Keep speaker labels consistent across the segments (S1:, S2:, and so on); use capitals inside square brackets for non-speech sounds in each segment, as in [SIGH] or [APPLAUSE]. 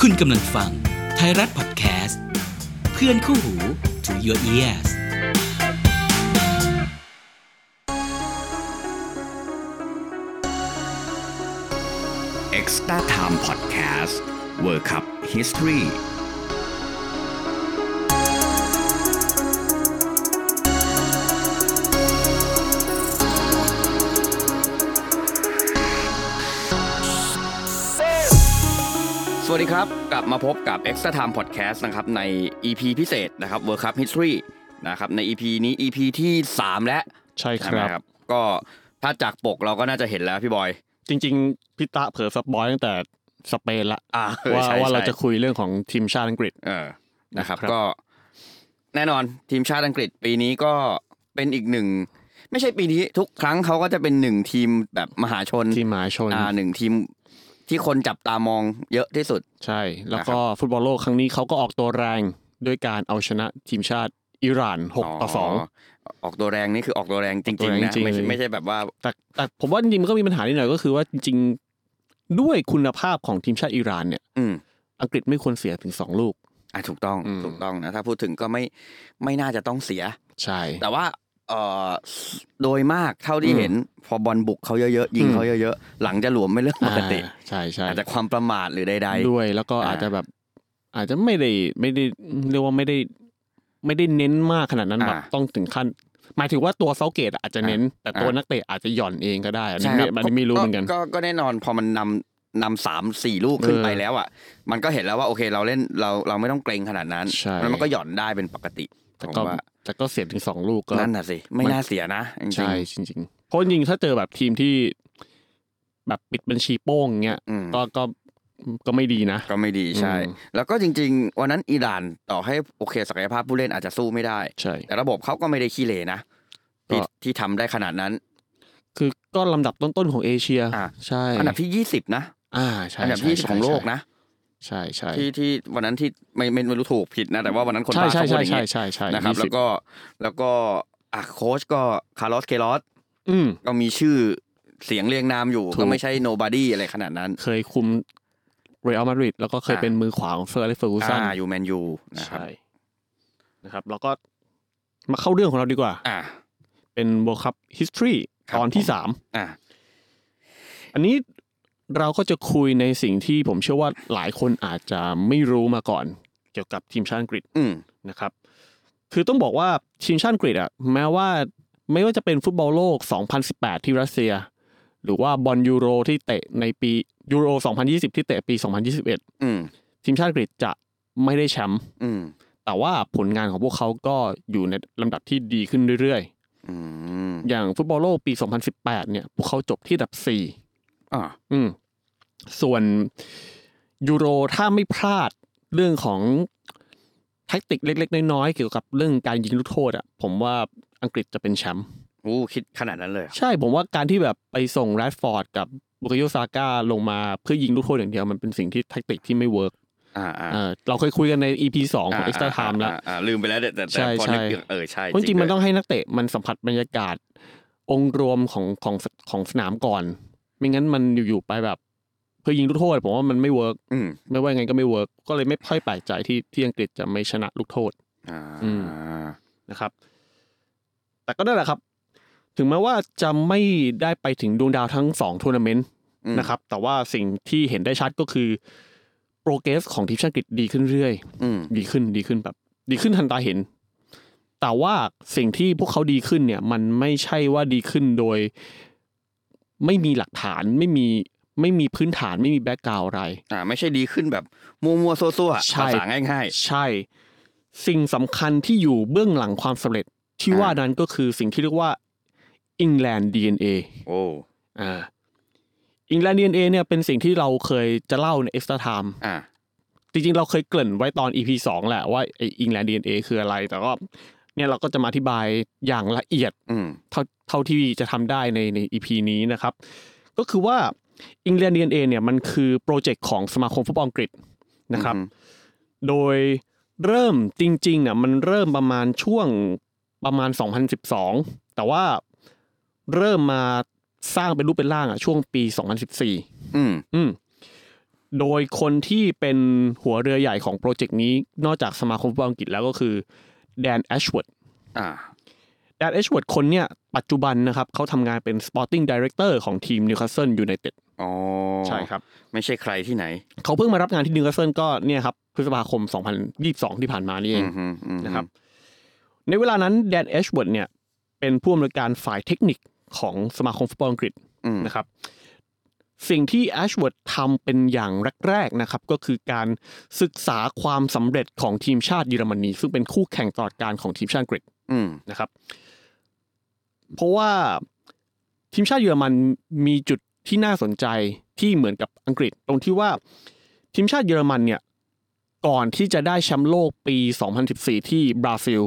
S1: คุณกำลังฟังไทยรัฐพอดแคสต์เพื่อนคู่หู to your ears
S2: เอ็กซ์ต้าไทม์พอดแคสต์เวิร์คัพฮิสตรีสวัสดีครับ กลับมาพบกับ Extra Time Podcast นะครับใน EP พิเศษนะครับ World Cup History นะครับใน EP นี้ EP ที่ 3 แล้ว
S3: ใช่ค
S2: ไหม
S3: รับ
S2: ก็ถ้าจากปกเราก็น่าจะเห็นแล้วพี่บอย
S3: จริงๆพี่ตะเผลอสปอยตั้งแต่สเปนละ
S2: อ่า [LAUGHS] เออ
S3: ว่า
S2: ใช่
S3: ว่าเรา
S2: ใช่
S3: จะคุยเรื่องของทีมชาติอังกฤษ
S2: เออ นะครับ
S3: ครับ
S2: ก็แน่นอนทีมชาติอังกฤษปีนี้ก็เป็นอีกหนึ่ง ไม่ใช่ปีนี้ทุกครั้งเขาก็จะเป็นหนึ่งทีมแบบมหาชน
S3: ทีมหมหาชน
S2: อ่าหนึ่งทีมที่คนจับตามองเยอะที่สุด
S3: ใช่ แล้วก็ฟุตบอลโลกครั้งนี้เขาก็ออกตัวแรงด้วยการเอาชนะทีมชาติอิหร่าน 6 ต่อ
S2: ออกตัวแรงนี่คือออกตัวแรงจ
S3: ออกตั
S2: ริ
S3: ว
S2: ง
S3: แร
S2: ๆ
S3: ง
S2: นะ
S3: จริงๆ
S2: ไม่ใช่
S3: เลย
S2: ไม่ใช่แบบว่า
S3: 2 แต่แต่ผมว่าจริงๆมันก็มีปัญหานิดหน่อยก็คือว่าจริงๆ ด้วยคุณภาพของทีมชาติอิหร่านเนี่ย
S2: อืม
S3: อังกฤษไม่ควรเสียถึง 2 ลูก
S2: อ่ะถูกต้อง
S3: อืม
S2: ถูกต้องนะถ้าพูดถึงก็ไม่ไม่น่าจะต้องเสีย
S3: ใช่
S2: แต่ว่าเอ่อโดยมากเท่าที่
S3: อืม
S2: เห็น พอบอลบุกเขาเยอะๆยิง
S3: อืม
S2: เขาเยอะๆหลังจะหลวมไม่เรื่องปกติ
S3: อ่าใช่ใช่
S2: อาจจะความประมาทหรือใด
S3: ด้วยแล้วก็
S2: อ่า
S3: อาจจะแบบ อาจจะไม่ได้ไม่ได้เรียกว่าไม่ได้ ไม่ได้เน้นมากขนาดนั้นแบบต้องถึงขั้น หมายถึงว่าตัวเซาเกตอาจจะเน้น แต่ตัวนักเตะอาจจะหย่อนเองก็ได้อัน
S2: ใช่
S3: นี้
S2: ครับ
S3: ไม่อันนี้ไม่รู้เหมือนกัน
S2: ก็ก็แน่นอนพอมันนำนำสามสี่ลูกขึ้น
S3: เออ
S2: ไปแล้วอ่ะมันก็เห็นแล้วว่าโอเคเราเล่นเราเราไม่ต้องเกรงขนาดนั้น
S3: ใช่
S2: แล้วมันก็หย่อนได้เป็นปกติผ
S3: แต่
S2: ม
S3: ก็
S2: ว่า
S3: แต่ก็เสียถึงสองลูกก็
S2: นั่นน่ะสิไม่
S3: มัน
S2: น่าเสียนะจริงๆ
S3: ใช่จริงๆเพราะจริงๆถ้าเจอแบบทีมที่ แบบปิดบัญชีโป้งเงี้ย
S2: อืม
S3: ก็ก็ก็ไม่ดีนะ
S2: ก็ไม่ดีใช่
S3: อืม
S2: แล้วก็จริง ๆ วันนั้นอิหร่านต่อให้โอเคศักยภาพผู้เล่นอาจจะสู้ไม่ได้
S3: ใช่
S2: แต่ระบบเขาก็ไม่ได้ขี้เหร่นะที่
S3: ก็
S2: ที่ทำได้ขนาดนั้น
S3: คือก็ลำดับต้นๆของเอเชีย
S2: อ่ะ
S3: ใช่
S2: อันดับที่ยี่สิบนะ
S3: อ่าใช่
S2: อันดับ
S3: ใช่
S2: ที่20ของโลกนะ
S3: ใช่ใช่
S2: ที่ที่วันนั้นที่ไม่ไม่ไม่รู้ถูกผิดนะแต่ว่าวันนั้นคน
S3: ใช่
S2: บ้าเขาพู
S3: ใช่
S2: ด
S3: ใช่
S2: อย่าง
S3: ใช่
S2: นี้
S3: ใช่ใช่
S2: นะครับ
S3: ยี่
S2: แล้
S3: สิ
S2: วก็แล้วก็อ่ะโค้ชก็คาร์ลอสเคลอส
S3: อืม
S2: ก็มีชื่อเสียงเรียงนามอยู่
S3: ถูก
S2: ก็ไม่ใช่โนบ o ดี้อะไรขนาดนั้น
S3: เคยคุมเรอัลมาดริดแล้วก็เคย
S2: อ่า
S3: เป็นมือขวาของเฟอร์เรสเฟอร์กูสัน
S2: อ่าอยู่แมนยูนะครับ
S3: ใช่นะครับ แล้วก็มาเข้าเรื่องของเราดีกว่า
S2: อ่า
S3: เป็น World Cup History
S2: ครับ
S3: ตอนที่สาม
S2: อ่า
S3: อันนี้เราก็จะคุยในสิ่งที่ผมเชื่อว่าหลายคนอาจจะไม่รู้มาก่อน เกี่ยวกับทีมชาติอังกฤษ
S2: อืม
S3: นะครับ คือต้องบอกว่าทีมชาติอังกฤษอะแม้ว่าไม่ว่าจะเป็นฟุตบอลโลก 2018 ที่รัสเซีย หรือว่าบอลยูโรที่เตะในปียูโร 2020 ที่เตะปี 2021
S2: อืม
S3: ทีมชาติอังกฤษจะไม่ได้แชมป์
S2: อืม
S3: แต่ว่าผลงานของพวกเขาก็อยู่ในลำดับที่ดีขึ้นเรื่อย
S2: อืม
S3: ๆ อย่างฟุตบอลโลกปี 2018 เนี่ย พวกเขาจบที่อันดับ 4
S2: อ่า
S3: อืมส่วนยูโรถ้าไม่พลาดเรื่องของแท็กติกเล็ก ๆ น้อยๆ เกี่ยวกับเรื่องการยิงลูกโทษอะผมว่าอังกฤษจะเป็นแชมป์
S2: โอ้คิดขนาดนั้นเลยเหรอ
S3: ใช่ผมว่าการที่แบบไปส่งแรดฟอร์ดกับบุกโยซาก้าลงมาเพื่อยิงลูกโทษอย่างเดียวมันเป็นสิ่งที่แท็กติกที่ไม่เวิร์ก
S2: อ่าอ่า
S3: เออเราเคยคุยกันใน EP สองของ Extra Time แล้ว
S2: อ่าอ่าลืมไปแล้วแต่แต่แต่
S3: ใช่
S2: พอ
S3: ใช่
S2: นึกถึงเออใช่
S3: เพราะจริงๆมัน
S2: ด้ว
S3: ต้
S2: ย
S3: องให้นักเตะมันสัมผัสบรรยากาศ องค์รวมของของของสนามก่อน ไม่งั้นมันอยู่ๆไปแบบ เพื่อยิงลูกโทษผมว่ามันไม่เวิร์ก
S2: อืม
S3: ไม่ว่ายังไงก็ไม่เวิร์กก็เลยไม่ค่อยแปลกใจที่ที่อังกฤษจะไม่ชนะลูกโทษ
S2: อ่า
S3: อืม นะครับ แต่ก็นั่นแหละครับ ถึงแม้ว่าจะไม่ได้ไปถึงดวงดาวทั้งสองทัวร์นาเมนต์
S2: อืม
S3: นะครับ แต่ว่าสิ่งที่เห็นได้ชัดก็คือโปรเกรสของทีมชาติอังกฤษดีขึ้นเรื่อย
S2: อืม
S3: ดีขึ้นดีขึ้นแบบ ดีขึ้นทันตาเห็น แต่ว่าสิ่งที่พวกเขาดีขึ้นเนี่ย มันไม่ใช่ว่าดีขึ้นโดย ไม่มีหลักฐานไม่มีไม่มีพื้นฐานไม่มีแบ็กกราวอะไร
S2: อ่าไม่ใช่ดีขึ้นแบบมัวๆซั่วๆ
S3: ใช่
S2: ภาษาง่าย
S3: ใช่ สิ่งสำคัญที่อยู่เบื้องหลังความสำเร็จ ที่
S2: อ่า
S3: ว่านั้นก็คือสิ่งที่เรียกว่า England DNA
S2: ๆ โอ้
S3: อ่า England DNA เนี่ยเป็นสิ่งที่เราเคยจะเล่าใน Extra Time
S2: อ่า
S3: จริงๆ เราเคยเกริ่นไว้ตอน EP สองแหละว่าไอ้ England DNA คืออะไร แต่ก็เนี่ยเราก็จะมาอธิบายอย่างละเอียด
S2: อืม
S3: เท่าเท่าที่จะทำได้ในใน EP นี้นะครับ ก็คือว่า England DNA เนี่ยมันคือโปรเจกต์ของสมาคมฟุตบอลอังกฤษนะครับ โดยเริ่มจริงๆเนี่ยมันเริ่มประมาณช่วงประมาณ 2012 แต่ว่าเริ่มมาสร้างเป็นรูปเป็นร่างอะช่วงปี 2014
S2: อืม
S3: อืม โดยคนที่เป็นหัวเรือใหญ่ของโปรเจกต์นี้ นอกจากสมาคมฟุตบอลอังกฤษแล้วก็คือแดนแอชว o ด
S2: อ่า
S3: แดนแอชว o ดคนเนี่ยปัจจุบันนะครับเขาทำงานเป็น Sporting Director ของทีมนิวคาสเซิลยูไนเต็ด
S2: อ๋อ
S3: ใช่ครับ
S2: ไม่ใช่ใครที่ไหน
S3: เขาเพิ่งมารับงานที่นิวคาสเซิลก็เนี่ยครับพฤษภาคม 2022 ที่ผ่านมานี่เอง
S2: อืมอืม
S3: นะครับ ในเวลานั้นแดนแอชว o ดเนี่ยเป็นผู้อำนวยการฝ่ายเทคนิคของสมาคมฟุตบอลอังกฤษ
S2: อืม
S3: นะครับสิ่งที่แอชเวิร์ดทำเป็นอย่างแรกๆนะครับก็คือการศึกษาความสำเร็จของทีมชาติเยอรมนีซึ่งเป็นคู่แข่งตลอดการของทีมชาติอังกรีกฤษ
S2: อืม
S3: นะครับเพราะว่าทีมชาติเยอรมันมีจุดที่น่าสนใจที่เหมือนกับอังกฤษ ตรงที่ว่าทีมชาติเยอรมันเนี่ยก่อนที่จะได้แชมป์โลกปี 2014 ที่บราซิล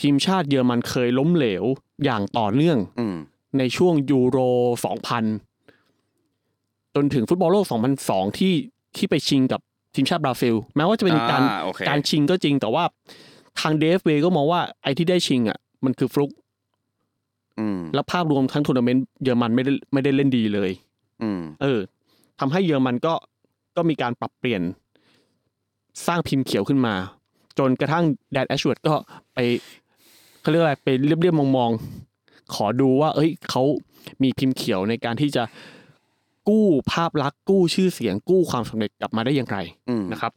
S3: ทีมชาติเยอรมันเคยล้มเหลวอย่างต่อเนื่อง
S2: อืม
S3: ในช่วงยูโร 2000 จนถึงฟุตบอลโลก 2002 ที่ที่ไปชิงกับทีมชาติบราซิล แม้ว่าจะเป็นการ
S2: อ่โอเค
S3: การชิงก็จริง แต่ว่าทาง DFB ก็มองว่าไอ้ที่ได้ชิงอ่ะมันคือฟลุก
S2: อืม
S3: และภาพรวมทั้งทัวร์นาเมนต์เยอรมันไม่ได้ไม่ได้เล่นดีเลย
S2: อืม
S3: เออทำให้เยอรมันก็ก็มีการปรับเปลี่ยนสร้างพิมพ์เขียวขึ้นมา จนกระทั่งแดนแอชเวิร์ดก็ไปเขาเรียกอะไรไปเรียบๆมองๆ ขอดูว่า เอ้ยเขามีพิมพ์เขียวในการที่จะกู้ภาพลักษณ์กู้ชื่อเสียงกู้ความสำเร็จกลับมาได้อย่างไร
S2: อืม
S3: นะครับ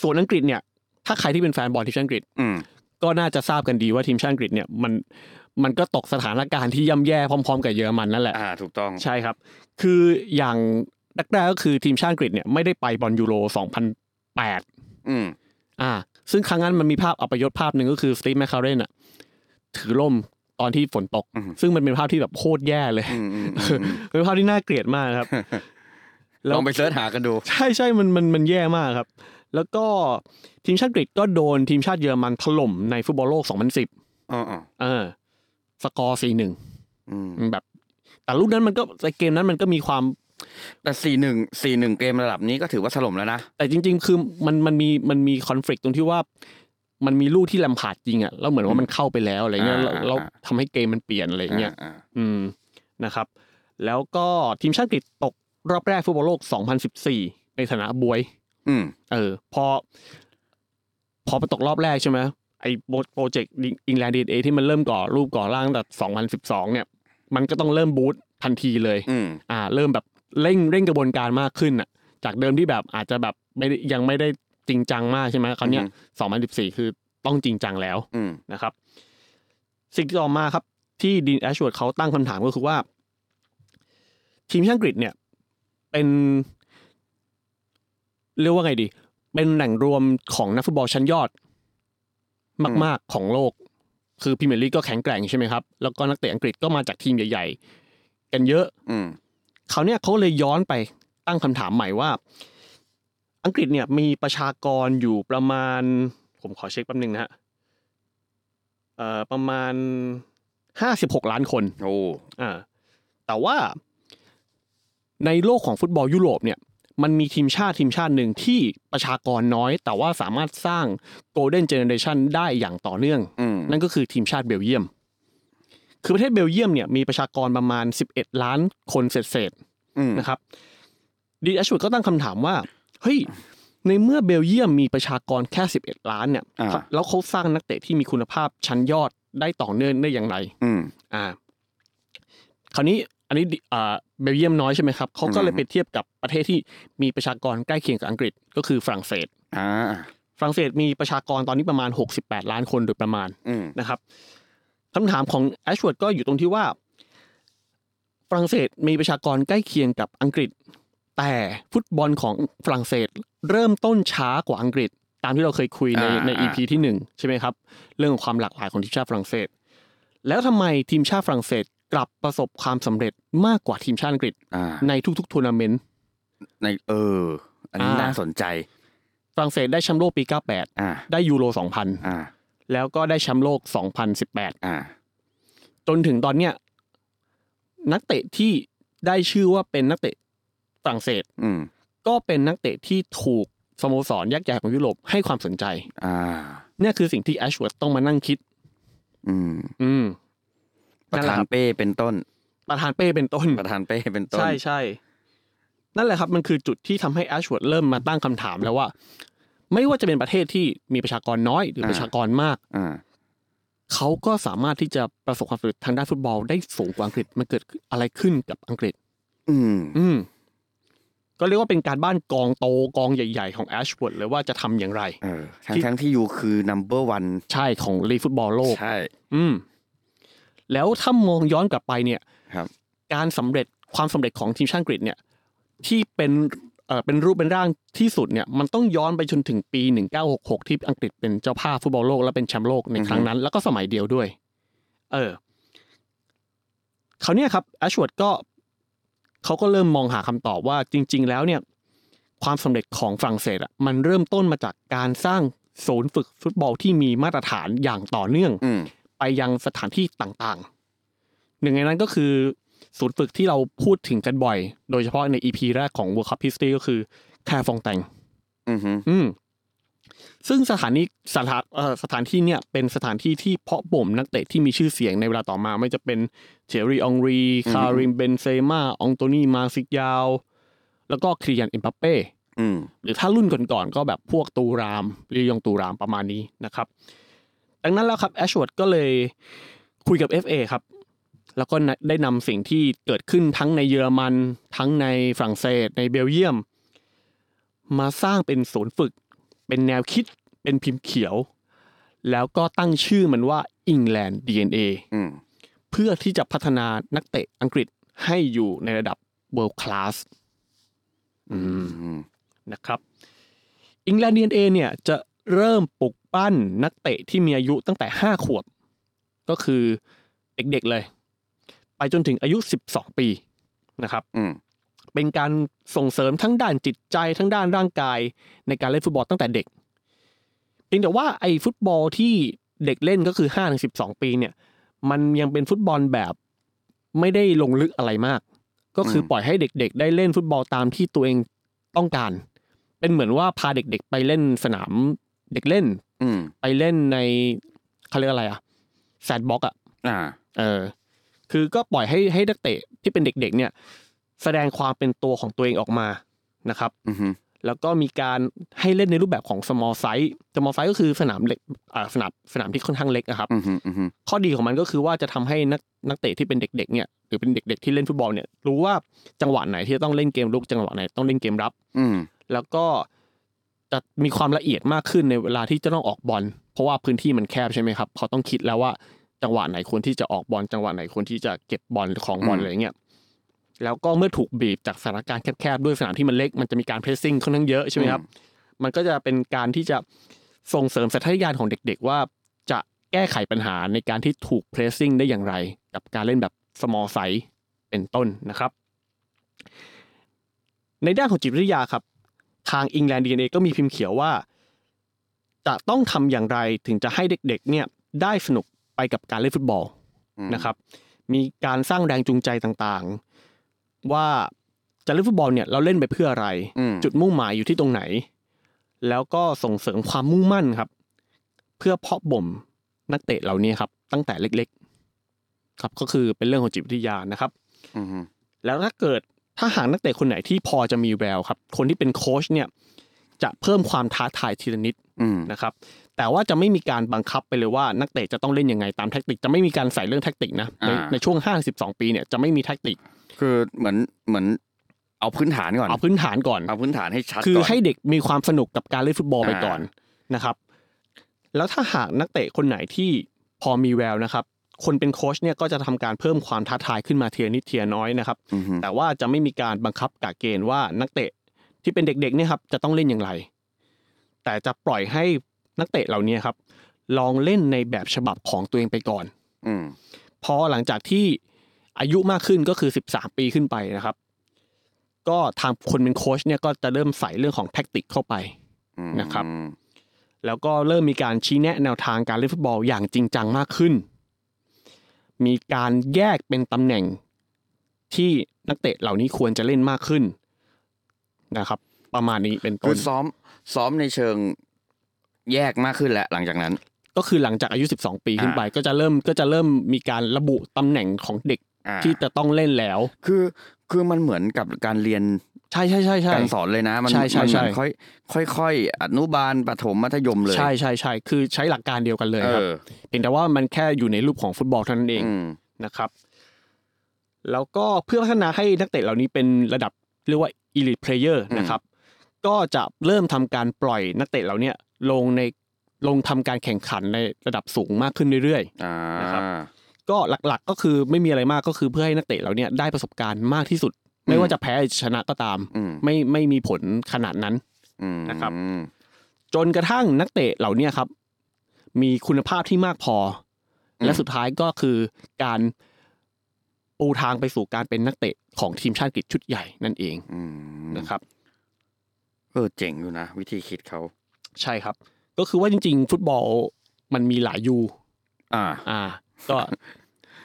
S3: ส่วนอังกฤษเนี่ย ถ้าใครที่เป็นแฟนบอลทีมชาติอังกฤษ
S2: อืม
S3: ก็น่าจะทราบกันดีว่าทีมชาติอังกฤษเนี่ยมันมันก็ตกสถานการณ์ที่ย่ำแย่พร้อม ๆ กับเยอรมันนั่นแหละ
S2: อ่าถูกต้อง
S3: ใช่ครับ คืออย่างแรกๆก็คือทีมชาติอังกฤษเนี่ยไม่ได้ไปบอลยูโร 2008
S2: อืม
S3: อ่า ซึ่งครั้งนั้นมันมีภาพอัปยศภาพหนึ่งก็คือสตีฟแมคคาเรนอะถือล่มตอนที่ฝนตก
S2: อืม
S3: ซึ่งมันเป็นภาพที่แบบโคตรแย่เลย
S2: อืมอืมอืม
S3: เป็นภาพที่น่าเกลียดมากครับ แล้ว
S2: ลองไปเสิร์ชหากันดู
S3: ใช่ใช่มันมันมันแย่มากครับ แล้วก็ทีมชาติอังกฤษก็โดนทีมชาติเยอรมันถล่มในฟุตบอลโลก 2010
S2: อ๋ออ๋อ
S3: เออ สกอร์
S2: อ
S3: 4-1
S2: ืม
S3: แบบ แต่ลูกนั้นมันก็ในเกมนั้นมันก็มีความ
S2: แต่สี่หนึ่งสี่หนึ่งเกมระดับนี้ก็ถือว่าถล่มแล้วนะ
S3: แต่จริง ๆ คือมันมันมีมันมีคอนฟ lict ตรงที่ว่า มันมีลูกที่ลำผาดยิงอ่ะแล้วเหมือนว่ามันเข้าไปแล้วอะไรเงี้ย
S2: อ่า
S3: แล้ว
S2: อ่า
S3: แล้วทำให้เกมมันเปลี่ยนอะไรเงี้ย
S2: อ่า
S3: อืมนะครับ แล้วก็ทีมชาติอังกฤษตกรอบแรกฟุตบอลโลก 2014 ในฐานะบวย
S2: ๆอืม
S3: เออ พอ พอไปตกรอบแรกใช่ไหมไอ้โปรเจกต์อิงแลนด์ดีเอที่มันเริ่มก่อรูปก่อร่างตั้งแต่2012 เนี่ย มันก็ต้องเริ่มบูททันทีเลย
S2: อืม
S3: อ่าเริ่มแบบเร่งเร่งกระบวนการมากขึ้นอ่ะ จากเดิมที่แบบอาจจะแบบไม่ได้ยังไม่ได้จริงจังมากใช่ไหมคราวเนี้ย2014 คือต้องจริงจังแล้ว
S2: อืม
S3: นะครับ สิ่งที่ต่อมาครับ ที่ดีนแอชว o ดเขาตั้งคำถามก็คือว่า ทีมชาติอังกฤษเนี่ย เป็น เรียกว่าไงดี เป็นแหล่งรวมของนักฟุตบอลชั้นยอด มาก ๆ ของโลก คือพรีเมียร์ลีกก็แข็งแกร่งใช่ไหมครับ แล้วก็นักเตะอังกฤษก็มาจากทีมใหญ่ ๆ กันเยอะ
S2: อืม
S3: เขาวเนี่ยเขาเลยย้อนไปตั้งคำถามใหม่ว่า อังกฤษเนี่ยมีประชากรอยู่ประมาณ ผมขอเช็คแป๊บนึงนะฮะเอ่อประมาณห้าสิบหกล้านคน
S2: โอ้
S3: อ่าแต่ว่าในโลกของฟุตบอลยุโรปเนี่ย มันมีทีมชาติทีมชาติหนึ่งที่ประชากรน้อย แต่ว่าสามารถสร้างโกลเด้นเจเนเรชันได้อย่างต่อเนื่อง
S2: อืม
S3: นั่นก็คือทีมชาติเบลเยียม คือประเทศเบลเยียมเนี่ยมีประชากรประมาณ 11 ล้านคนเศษๆ
S2: อืม
S3: นะครับดีแอชวดก็ตั้งคำถามว่า เฮ้ย ในเมื่อเบลเยียมมีประชากรแค่ 11 ล้านเนี่ย
S2: อ่า
S3: แล้วเขาสร้างนักเตะที่มีคุณภาพชั้นยอดได้ต่อเนื่องได้อย่างไร
S2: อืม
S3: อ่า คราวนี้อันนี้ดิอ่าเบลเยียมน้อยใช่ไหมครับ เขาก็เลย
S2: อืม
S3: ไปเทียบกับประเทศที่มีประชากรใกล้เคียงกับอังกฤษ ก็คือฝรั่งเศส
S2: อ่า
S3: ฝรั่งเศสมีประชากรตอนนี้ประมาณ 68 ล้านคนโดยประมาณ
S2: อืม
S3: นะครับคำถามของแอชว o ดก็อยู่ตรงที่ว่าฝรั่งเศสมีประชากรใกล้เคียงกับอังกฤษ แต่ฟุตบอลของฝรั่งเศสเริ่มต้นช้ากว่าอังกฤษ ตามที่เราเคยคุยในใน EP ที่หนึ่งใช่ไหมครับ เรื่องของความหลากหลายของทีมชาติฝรั่งเศส แล้วทำไมทีมชาติฝรั่งเศสกลับประสบความสำเร็จมากกว่าทีมชาติอังกฤษ
S2: อ่า
S3: ในทุกๆทัวร์นาเมนต์
S2: ในเออ อันนี้
S3: อ่า
S2: น่าสนใจ
S3: ฝรั่งเศสได้แชมป์โลกปี
S2: อ่า
S3: 98 ได้ยูโร
S2: อ่า
S3: 2000 แล้วก็ได้แชมป์โลก 2018
S2: อ่า
S3: จนถึงตอนเนี้ยนักเตะที่ได้ชื่อว่าเป็นนักเตะฝรั่งเศส
S2: อืม
S3: ก็เป็นนักเตะที่ถูกสโมสรยักษ์ใหญ่ของยุโรปให้ความสนใจ
S2: อ่า
S3: เนี่ยคือสิ่งที่แอชเวิร์ดต้องมานั่งคิด
S2: อืม
S3: อืม
S2: ประ
S3: นั่นแห
S2: ธา
S3: ละ
S2: น
S3: ครับ
S2: [LAUGHS] เป้เป็นต้น
S3: ประธานเป้เป็นต้น
S2: ประธานเป้เป็นต้น
S3: ใช่ใช่ นั่นแหละครับมันคือจุดที่ทำให้แอชวอร์ดเริ่มมาตั้งคำถามแล้วว่า ไม่ว่าจะเป็นประเทศที่มีประชากรน้อยหรือ
S2: อ่า
S3: ประชากรมาก
S2: อ่า
S3: เขาก็สามารถที่จะประสบความสำเร็จทางด้านฟุตบอลได้สูงกว่าอังกฤษมันเกิดอะไรขึ้นกับอังกฤษ
S2: อืม
S3: อืม ก็เรียกว่าเป็นการบ้านกองโตกองใหญ่ ๆ ของแอชวอร์ดเลยว่าจะทำอย่างไร
S2: เออ ทั้งทั้งที่อยู่คือ number one
S3: ใช่ของลีกฟุตบอลโลก
S2: ใช่
S3: อืม แล้วถ้ามองย้อนกลับไปเนี่ย
S2: ครับ
S3: การสำเร็จความสำเร็จของทีมชาติอังกฤษเนี่ย ที่เป็นเอ่อเป็นรูปเป็นร่างที่สุดเนี่ย มันต้องย้อนไปจนถึงปี 1966 ที่อังกฤษเป็นเจ้าภาพฟุตบอลโลกและเป็นแชมป์โลกในครั้งนั้น แล้วก็สมัยเดียวด้วย เออเขาวเนี่ยครับแอชวอร์ดก็เขาก็เริ่มมองหาคำตอบว่าจริง ๆ แล้วเนี่ย ความสำเร็จของฝรั่งเศสอ่ะมันเริ่มต้นมาจากการสร้างศูนย์ฝึกฟุตบอลที่มีมาตรฐานอย่างต่อเนื่อง
S2: อืม
S3: ไปยังสถานที่ต่างๆ หนึ่งในนั้นก็คือศูนย์ฝึกที่เราพูดถึงกันบ่อย โดยเฉพาะใน EP แรกของ World Cup History ก็คือแคฟองแตง
S2: อืมฮึ
S3: อืม ซึ่งสถานีสถานเอ่อสถานที่เนี่ยเป็นสถานที่ที่เพาะบ่มนักเตะที่มีชื่อเสียงในเวลาต่อมา ไม่จะเป็นเทอรีองรีคาริมเบนเซม่าองโตนีมาซิกยาว แล้วก็ครียันเอ็มบัปเป้
S2: อืม
S3: หรือถ้ารุ่นก่อนๆก็แบบพวกตูรามลียองตูรามประมาณนี้นะครับ ดังนั้นแล้วครับแอชวอร์ดก็เลยคุยกับ FA ครับ แล้วก็ได้นำสิ่งที่เกิดขึ้นทั้งในเยอรมัน ทั้งในฝรั่งเศส ในเบลเยียม มาสร้างเป็นศูนย์ฝึก เป็นแนวคิดเป็นพิมพ์เขียว แล้วก็ตั้งชื่อมันว่า England DNA
S2: อืม
S3: เพื่อที่จะพัฒนานักเตะอังกฤษให้อยู่ในระดับ world class อืม
S2: อืม
S3: นะครับอิงแลนด์ดีเอเนี่ยจะเริ่มปลุกปั้นนักเตะที่มีอายุตั้งแต่ 5 ขวบ ก็คือเด็กๆเลย ไปจนถึงอายุ 12 ปีนะครับ
S2: อืม
S3: เป็นการส่งเสริมทั้งด้านจิตใจทั้งด้านร่างกายในการเล่นฟุตบอลตั้งแต่เด็ก เพียงแต่ว่าไอ้ฟุตบอลที่เด็กเล่นก็คือ5้าถึงสิปีเนี่ยมันยังเป็นฟุตบอลแบบไม่ได้ลงลึกอะไรมาก ก็คืออ
S2: ม
S3: ปล่อยให้เด็กๆ ได้เล่นฟุตบอลตามที่ตัวเองต้องการ เป็นเหมือนว่าพาเด็กๆ ไปเล่นสนามเด็กเล่น
S2: อืม
S3: ไปเล่นในเขาเรียกอะไรอะแซนบ็อกอะ
S2: อ่า
S3: เออ คือก็ปล่อยให้ให้นักเตะที่เป็นเด็กๆ เนี่ย แสดงความเป็นตัวของตัวเองออกมานะครับ
S2: อืมฮึ
S3: แล้วก็มีการให้เล่นในรูปแบบของ small size small size ก็คือสนามเล็กอ่าสนามสนามที่ค่อนข้างเล็กนะครับ
S2: อืมฮึอืมฮึ
S3: ข้อดีของมันก็คือว่าจะทำให้นักนักเตะที่เป็นเด็ก ๆ เนี่ยหรือเป็นเด็ก ๆ ที่เล่นฟุตบอลเนี่ย รู้ว่าจังหวะไหนที่จะต้องเล่นเกมลุกจังหวะไหนต้องเล่นเกมรับ
S2: อืม
S3: แล้วก็จะมีความละเอียดมากขึ้นในเวลาที่จะต้องออกบอลเพราะว่าพื้นที่มันแคบใช่ไหมครับเขาต้องคิดแล้วว่าจังหวะไหนควรที่จะออกบอลจังหวะไหนควรที่จะเก็บบอลของบอล
S2: อืม
S3: อะไรเงี้ยแล้วก็เมื่อถูกบีบจากสถานการณ์แคบๆด้วยสนามที่มันเล็กมันจะมีการเพรสซิ่งค่อนข้างเยอะใช่ไหมครับมันก็จะเป็นการที่จะส่งเสริมสัญชาตญาณของเด็ก ๆ ว่าจะแก้ไขปัญหาในการที่ถูกเพรสซิ่งได้อย่างไร กับการเล่นแบบ small size เป็นต้นนะครับ ในด้านของจิตวิทยาครับ ทางอิงแลนด์ดีเก็มีพิมพ์เขียวว่า จะต้องทำอย่างไรถึงจะให้เด็กๆ เนี่ยได้สนุกไปกับการเล่นฟุตบอล
S2: อืม
S3: นะครับ มีการสร้างแรงจูงใจต่างๆ ว่าจะเล่นฟุตบอลเนี่ยเราเล่นไปเพื่ออะไร
S2: อืม
S3: จุดมุ่งหมายอยู่ที่ตรงไหน แล้วก็ส่งเสริมความมุ่งมั่นครับ เพื่อเพาะบ่มนักเตะเหล่านี้ครับ ตั้งแต่เล็กๆ ครับก็คือเป็นเรื่องของจิตวิทยานะครับ
S2: อืมฮึ
S3: แล้วถ้าเกิดถ้าหากนักเตะคนไหนที่พอจะมีแววครับ คนที่เป็นโค้ชเนี่ยจะเพิ่มความท้าทายทีละนิด
S2: อืม
S3: นะครับ แต่ว่าจะไม่มีการบังคับไปเลยว่านักเตะจะต้องเล่นยังไงตามแท็กติก จะไม่มีการใส่เรื่องแท็กติกนะในในช่วง 52 ปีเนี่ยจะไม่มีแท็กติก
S2: คือเหมือนเหมือนเอาพื้นฐานก่อน
S3: เอาพื้นฐานก่อน
S2: เอาพื้นฐานให้ชัด
S3: คือ
S2: ก่อน
S3: ให้เด็กมีความสนุกกับการเล่นฟุตบอลไป
S2: อ่า
S3: ก่อนนะครับ แล้วถ้าหากนักเตะคนไหนที่พอมีแววนะครับ คนเป็นโค้ชเนี่ยก็จะทำการเพิ่มความท้าทายขึ้นมาเทียนิดเทียน้อยนะครับ
S2: อืมฮึ
S3: แต่ว่าจะไม่มีการบังคับกะเกณฑ์ว่านักเตะที่เป็นเด็กๆเนี่ยครับจะต้องเล่นอย่างไร แต่จะปล่อยให้นักเตะเหล่านี้ครับ ลองเล่นในแบบฉบับของตัวเองไปก่อน
S2: อืม
S3: พอหลังจากที่อายุมากขึ้นก็คือ 13 ปีขึ้นไปนะครับ ก็ทางคนเป็นโค้ชเนี่ยก็จะเริ่มใส่เรื่องของแท็กติกเข้าไป
S2: อืม
S3: นะครับ แล้วก็เริ่มมีการชี้แนะแนวทางการเล่นฟุตบอลอย่างจริงจังมากขึ้น มีการแยกเป็นตำแหน่งที่นักเตะเหล่านี้ควรจะเล่นมากขึ้นนะครับ ประมาณนี้เป็น
S2: คื
S3: ต้
S2: อน ซ้อมซ้อมในเชิงแยกมากขึ้นแล้วหลังจากนั้น
S3: ก็คือหลังจากอายุ 12 ปีขึ้นไป ก็จะเริ่มก็จะเริ่มมีการระบุตำแหน่งของเด็ก
S2: อ่า
S3: ที่จะต้องเล่นแล้ว
S2: คือคือมันเหมือนกับการเรียน
S3: ใช่ใช่ใช่ใช่
S2: การสอนเลยนะ มัน
S3: ใช่ใช่
S2: มัน
S3: ใช่
S2: มันค่อยค่อยค่อยอนุบาลประถมมัธยมเลย
S3: ใช่ใช่ใช่คือใช้หลักการเดียวกันเลย
S2: เอ
S3: ครับ
S2: อ
S3: เพียงแต่ว่ามันแค่อยู่ในรูปของฟุตบอลเท่านั้นเอง
S2: อืม
S3: นะครับ แล้วก็เพื่อพัฒนาให้นักเตะเหล่านี้เป็นระดับเรียกว่า elite player นะครับ ก็จะเริ่มทำการปล่อยนักเตะเหล่าเนี้ยลงในลงทำการแข่งขันในระดับสูงมากขึ้นเรื่อย
S2: อ่า
S3: ๆ ก็หลักๆก็คือไม่มีอะไรมากก็คือเพื่อให้นักเตะเหล่าเนี้ยได้ประสบการณ์มากที่สุด ไม่ว่าจะแพ้หรือชนะก็ตาม
S2: อืม
S3: ไม่ไม่มีผลขนาดนั้น
S2: อืม
S3: นะครับ จนกระทั่งนักเตะเหล่าเนี้ยครับ มีคุณภาพที่มากพออและสุดท้ายก็คือการปูทางไปสู่การเป็นนักเตะของทีมชาติอังกฤษชุดใหญ่นั่นเอง
S2: อืม
S3: นะครับ
S2: เออเจ๋งอยู่นะวิธีคิดเขา
S3: ใช่ครับ ก็คือว่าจริง ๆ ฟุตบอลมันมีหลายยู
S2: อ่า
S3: อ่า ก็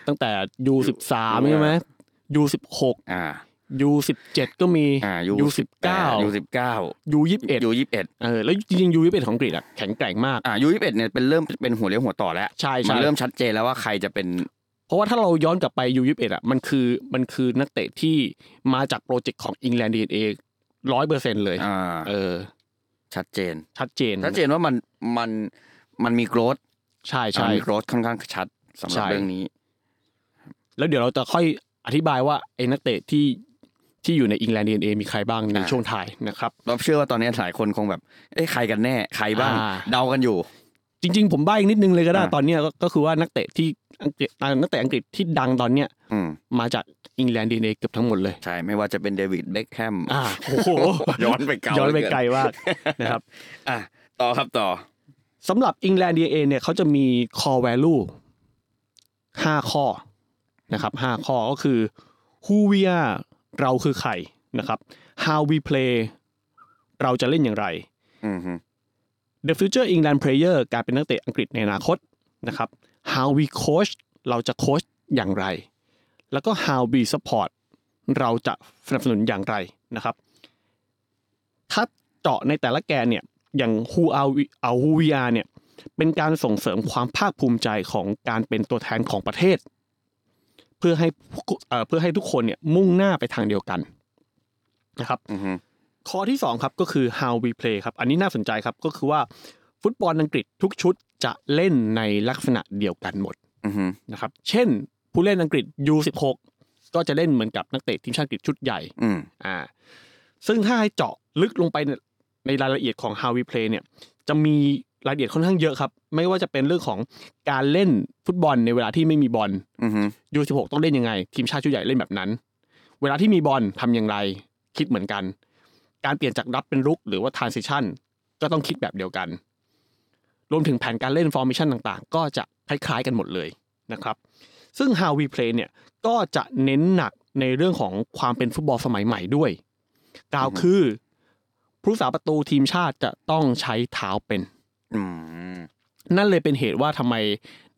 S3: ตั้งแต่ยูสิบสามใช่ไหมยูสิบหก
S2: อ่า
S3: ยูสิบเจ็ดก็มี
S2: อ่า
S3: ยูสิบเก้า
S2: ยูสิบเก้า
S3: ยูยี่สิบเอ็ด
S2: ยูยี่สิบเอ็ด
S3: เออแล้วจริงๆยูยี่สิบเอ็ดของอังกรีฑาแข็งแกร่งมาก
S2: อ่ายูยี่สิบเอ็ดเนี่ยเป็นเริ่มเป็นหัวเลี้ยวหัวต่อแล้ว
S3: ใช่ใช่
S2: มัเริ่มชัดเจนแล้วว่าใครจะเป็น
S3: เพราะว่าถ้าเราย้อนกลับไปยูยิบเอ็ดอ่ะมันคือมันคือนักเตะที่มาจากโปรเจกต์ของอิงแลนด์ดีเอร้อยเปอร์เซ็นเลย
S2: อ่า
S3: เออ
S2: ชัดเจน
S3: ชัดเจน
S2: ชัดเจนว่ามันมันมันมีโกรธ
S3: ใช่ใช่
S2: มีโกรธค่อนข้างชัดสำหรับ
S3: ใช่
S2: เรื่องนี้
S3: แล้วเดี๋ยวเราจะค่อยอธิบายว่าไอ้นักเตะที่ที่อยู่ในอิงแลนด์ดีเอมีใครบ้างใน
S2: อ่า
S3: ช่วงท้ายนะครับ
S2: เราเชื่อว่าตอนนี้หลายคนคงแบบ เอ้ใครกันแน่ ใครบ้าง
S3: อ่า
S2: เดากันอยู่
S3: จริง ๆ ผมใบ้อีกนิดนึงเลยก็ได้
S2: อ่า
S3: ตอนเนี้ยก็ก็คือว่านักเตะที่อังกฤษอ่านักเตะอังกฤษที่ดังตอนเนี้ย
S2: อืม
S3: มาจากอิงแลนด์ดีเอเกือบทั้งหมดเลย
S2: ใช่ ไม่ว่าจะเป็นเดวิดเบ็คแฮม
S3: อ่าโอ้โห
S2: ย้อนไปเก่า
S3: ย้อนไป
S2: เ
S3: ไกลมากนะครับ
S2: อ่ะต่อครับต่อ
S3: สำหรับอิงแลนด์ดีเอเนี่ยเขาจะมี core value ห้าข้อนะครับห้าข้อก็คือ who we are เราคือใครนะครับ how we play เราจะเล่นอย่างไร
S2: อืมฮึ
S3: the future England player การเป็นนักเตะอังกฤษในอนาคตนะครับ how we coach เราจะโค้ชอย่างไร แล้วก็ how we support เราจะสนับสนุนอย่างไรนะครับ ถ้าเจาะในแต่ละแกนเนี่ยอย่าง who are we เอา who we are เนี่ยเป็นการส่งเสริมความภาคภูมิใจของการเป็นตัวแทนของประเทศ เพื่อให้ผู้เอ่อเพื่อให้ทุกคนเนี่ยมุ่งหน้าไปทางเดียวกันนะครับ
S2: อืมฮึ
S3: ข้อที่ 2 ครับก็คือ how we play ครับ อันนี้น่าสนใจครับก็คือว่าฟุตบอลอังกฤษทุกชุดจะเล่นในลักษณะเดียวกันหมด
S2: อืมฮึ
S3: นะครับ เช่น ผู้เล่นอังกฤษ U16 ก็จะเล่นเหมือนกับนักเตะทีมชาติอังกฤษชุดใหญ่
S2: อืม
S3: อ่าซึ่งถ้าให้เจาะลึกลงไปในในรายละเอียดของ how we play เนี่ยจะมีรายละเอียดค่อนข้างเยอะครับ ไม่ว่าจะเป็นเรื่องของการเล่นฟุตบอลในเวลาที่ไม่มีบอล
S2: อืมฮึ
S3: ยูสิบหกต้องเล่นยังไง ทีมชาติชุดใหญ่เล่นแบบนั้น เวลาที่มีบอลทำอย่างไร คิดเหมือนกัน การเปลี่ยนจากรับเป็นรุกหรือว่า transition ก็ต้องคิดแบบเดียวกัน รวมถึงแผนการเล่น formation ต่างๆ ก็จะคล้ายๆกันหมดเลยนะครับ ซึ่ง how we play เนี่ยก็จะเน้นหนักในเรื่องของความเป็นฟุตบอลสมัยใหม่ด้วย กล่าวคือผู้รักษาประตูทีมชาติจะต้องใช้เท้าเป็น
S2: อืม
S3: นั่นเลยเป็นเหตุว่าทำไม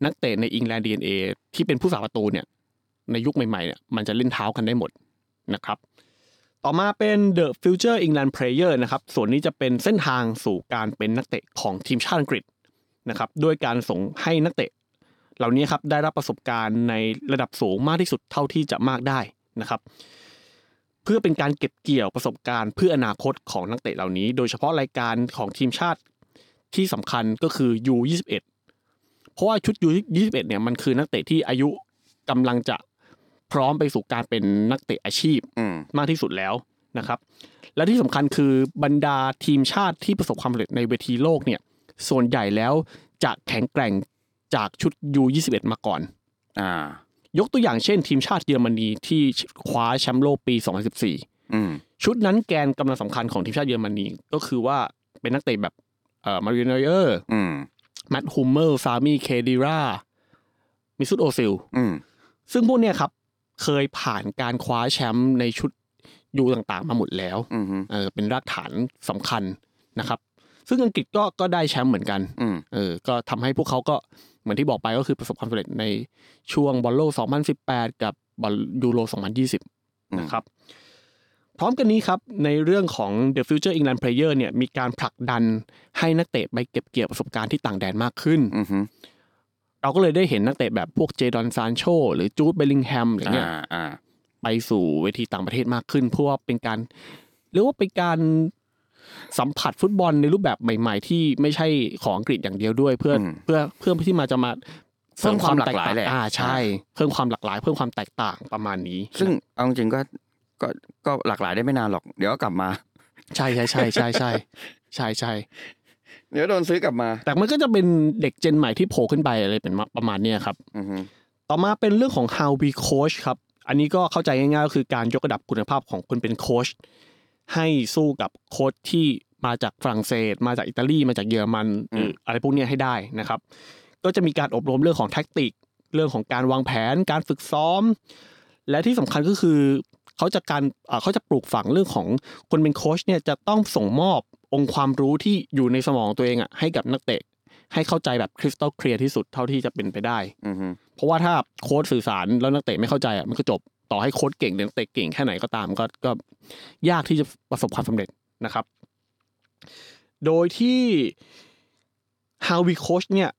S3: นักเตะในอิงแลนด์ดีเอที่เป็นผู้สาประตูเนี่ย ในยุคใหม่ๆเนี่ยมันจะเล่นเท้ากันได้หมดนะครับ ต่อมาเป็น The Future England Player นะครับ ส่วนนี้จะเป็นเส้นทางสู่การเป็นนักเตะของทีมชาติอังกฤษนะครับด้วยการส่งให้นักเตะ เหล่านี้ครับได้รับประสบการณ์ในระดับสูงมากที่สุดเท่าที่จะมากได้นะครับ เพื่อเป็นการเก็บเกี่ยวประสบการณ์เพื่ออนาคตของนักเตะเหล่านี้ โดยเฉพาะรายการของทีมชาติที่สำคัญก็คือ U21 เพราะว่าชุด U21 เนี่ยมันคือนักเตะที่อายุกำลังจะพร้อมไปสู่การเป็นนักเตะอาชีพ
S2: อืม
S3: มากที่สุดแล้วนะครับ และที่สำคัญคือบรรดาทีมชาติที่ประสบความสำเร็จในเวทีโลกเนี่ย ส่วนใหญ่แล้วจะแข็งแกร่งจากชุด U21 มาก่อน
S2: อ่าย
S3: กตัวอย่างเช่น ทีมชาติเยอรมนีที่คว้าแชมป์โลกปี 2014
S2: อืม
S3: ชุดนั้นแกนกำลังสำคัญของทีมชาติเยอรมนีก็คือว่าเป็นนักเตะแบบเอ่อมาริโนเยอร์
S2: อืม
S3: แมตต์ฮูมเมอร์ซามีเคดีรามิสุดโอซิล
S2: อืม
S3: ซึ่งพวกเนี่ยครับเคยผ่านการคว้าแชมป์ในชุดยูต่างๆ มาหมดแล้ว
S2: อืมฮึ
S3: เออเป็นรากฐานสำคัญนะครับ ซึ่งอังกฤษก็ก็ได้แชมป์เหมือนกัน
S2: อืม
S3: เออก็ทำให้พวกเขาก็เหมือนที่บอกไปก็คือประสบความสำเร็จในช่วงบอลโลก 2018 กับบอลยูโร 2020 นะครับ พร้อมกันนี้ครับ ในเรื่องของ The Future England Player เนี่ยมีการผลักดันให้นักเตะไปเก็บเกี่ยวประสบการณ์ที่ต่างแดนมากขึ้น
S2: อืมฮึ
S3: เราก็เลยได้เห็นนักเตะแบบพวกเจดอนซานโชหรือจูดเบลลิงแฮมอะไรเงี้ย
S2: อ่าอ่า
S3: ไปสู่เวทีต่างประเทศมากขึ้น เพราะว่าเป็นการ เรียกว่าเป็นการสัมผัสฟุตบอลในรูปแบบใหม่ ๆ ที่ไม่ใช่ของอังกฤษอย่างเดียวด้วย เพื่ออ
S2: ม
S3: เพื่อเพื่อที่มาจะมา
S2: เพิ่มความหลากหลายแหละ
S3: อ่าใช่ เพิ่มความหลากหลาย เพิ่มความแตกต่างประมาณนี้
S2: ซึ่งเอาจริงๆก็ก็ก็หลากหลายได้ไม่นานหรอก เดี๋ยวก็กลับมา
S3: ใช่ใช่ใช่ใช่ใช่ใช่ใช่
S2: เดี๋ยวโดนซื้อกลับมา
S3: แต่มันก็จะเป็นเด็กเจนใหม่ที่โผล่ขึ้นไปอะไรเป็นประมาณเนี้ยครับ
S2: อือฮึ
S3: ต่อมาเป็นเรื่องของ how we coach ครับ อันนี้ก็เข้าใจง่ายๆก็คือการยกระดับคุณภาพของคนเป็นโค้ชให้สู้กับโค้ชที่มาจากฝรั่งเศส มาจากอิตาลี มาจากเยอรมันหรืออะไรพวกเนี้ยให้ได้นะครับ ก็จะมีการอบรมเรื่องของแท็กติก เรื่องของการวางแผน การฝึกซ้อม และที่สำคัญก็คือ เขาจะการเอ่อเขาจะปลูกฝังเรื่องของคนเป็นโค้ชเนี่ยจะต้องส่งมอบองค์ความรู้ที่อยู่ในสมองตัวเองอะให้กับนักเตะ ให้เข้าใจแบบคริสตัลเคลียร์ที่สุดเท่าที่จะเป็นไปได้
S2: อือฮึ
S3: เพราะว่าถ้าโค้ดสื่อสารแล้วนักเตะไม่เข้าใจอ่ะมันก็จบต่อให้โค้ดเก่งหรือนักเตะเก่งแค่ไหนก็ตามก็ก็ยากที่จะประสบความสำเร็จนะครับ โดยที่ how we coach เนี่ย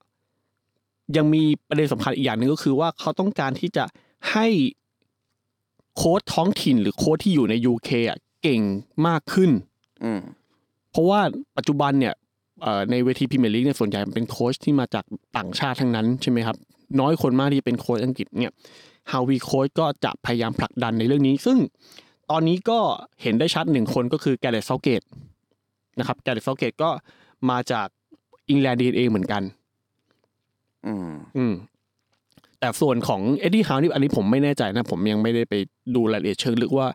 S3: ยังมีประเด็นสำคัญอีกอย่างหนึ่งก็คือว่าเขาต้องการที่จะให้โค้ดท้องถิ่นหรือโค้ดที่อยู่ใน UK อ่ะเก่งมากขึ้น
S2: อืม
S3: เพราะว่าปัจจุบันเนี่ยเอ่อในเวทีพรีเมียร์ลีกเนี่ยส่วนใหญ่มันเป็นโค้ชที่มาจากต่างชาติทั้งนั้นใช่ไหมครับ น้อยคนมากที่จะเป็นโค้ชอังกฤษเนี่ยฮาวีโค้ชก็จะพยายามผลักดันในเรื่องนี้ ซึ่งตอนนี้ก็เห็นได้ชัดหนึ่งคนก็คือแกเรตเซาเกตนะครับแกเรตเซาเกตก็มาจากอิงแลนด์ดีเอเหมือนกัน
S2: อืม
S3: อืมแต่ส่วนของเอ็ดดี้ฮาวนี่อันนี้ผมไม่แน่ใจนะ ผมยังไม่ได้ไปดูรายละเอียดเชิงลึกว่า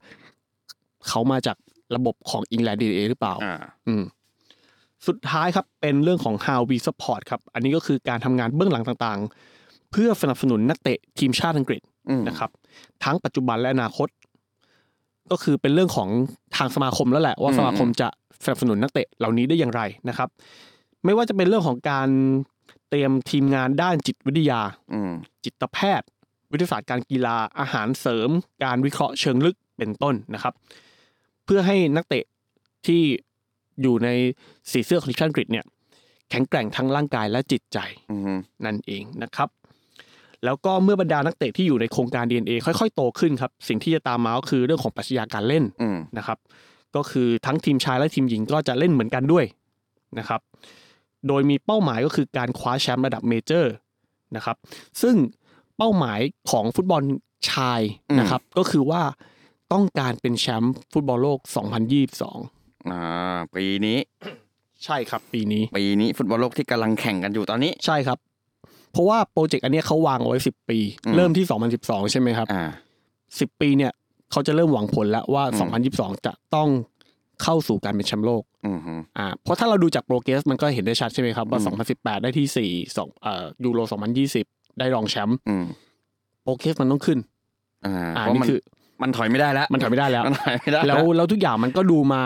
S3: เขามาจากระบบของอิงแลนด์ดีเอหรือเปล่า
S2: อ่า
S3: อืมสุดท้ายครับเป็นเรื่องของ how we support ครับ อันนี้ก็คือการทำงานเบื้องหลังต่างๆ เพื่อสนับสนุนนักเตะทีมชาติอังกฤษ
S2: อืม
S3: นะครับ ทั้งปัจจุบันและอนาคต ก็คือเป็นเรื่องของทางสมาคมแล้วแหละ ว่าสมาคมจะสนับสนุนนักเตะเหล่านี้ได้อย่างไรนะครับ ไม่ว่าจะเป็นเรื่องของการเตรียมทีมงานด้านจิตวิทยา
S2: อืม
S3: จิตแพทย์ วิทยาศาสตร์การกีฬาอาหารเสริม การวิเคราะห์เชิงลึกเป็นต้นนะครับ เพื่อให้นักเตะที่อยู่ในสีเสื้อของทีมชาติอังกฤษเนี่ยแข็งแกร่งทั้งร่างกายและจิตใจ
S2: อืม
S3: นั่นเองนะครับ แล้วก็เมื่อบรรดานักเตะที่อยู่ในโครงการ DNA ค่อยๆ โตขึ้นครับ สิ่งที่จะตามมาก็คือเรื่องของปรัชญาการเล่น
S2: อืม
S3: นะครับก็คือทั้งทีมชายและทีมหญิงก็จะเล่นเหมือนกันด้วยนะครับ โดยมีเป้าหมายก็คือการคว้าแชมป์ระดับเมเจอร์นะครับซึ่งเป้าหมายของฟุตบอลชายนะครับก็คือว่าต้องการเป็นแชมป์ฟุตบอลโลก 2022
S2: อ่าปีนี้
S3: ใช่ครับปีนี้
S2: ปีนี้ฟุตบอลโลกที่กำลังแข่งกันอยู่ตอนนี้
S3: ใช่ครับ เพราะว่าโปรเจกต์อันเนี้ยเขาวางเอาไว้ 10 ปี
S2: อืม
S3: เริ่มที่ 2012 ใช่ไหมครับ
S2: อ่า
S3: 10 ปีเนี่ยเขาจะเริ่มหวังผลแล้วว่า
S2: อืม
S3: 2022 จะต้องเข้าสู่การเป็นแชมป์โลก
S2: อืมฮึ
S3: อ่าเพราะถ้าเราดูจากโปรเกรสมันก็เห็นได้ชัดใช่ไหมครับว่า 2018 ได้ที่สี่สองเอ่อยูโร 2020 ได้รองแชมป์
S2: อืม
S3: โปรเกรสมันต้องขึ้น
S2: อ่า
S3: อ่า
S2: เพราะ
S3: นี่
S2: มัน
S3: คือ
S2: มันถอยไม่ได้แล้ว
S3: มันถอยไม่ได้แล้ว
S2: มันถอยไม่ได้
S3: แล้วแล้วทุกอย่างมันก็ดูมา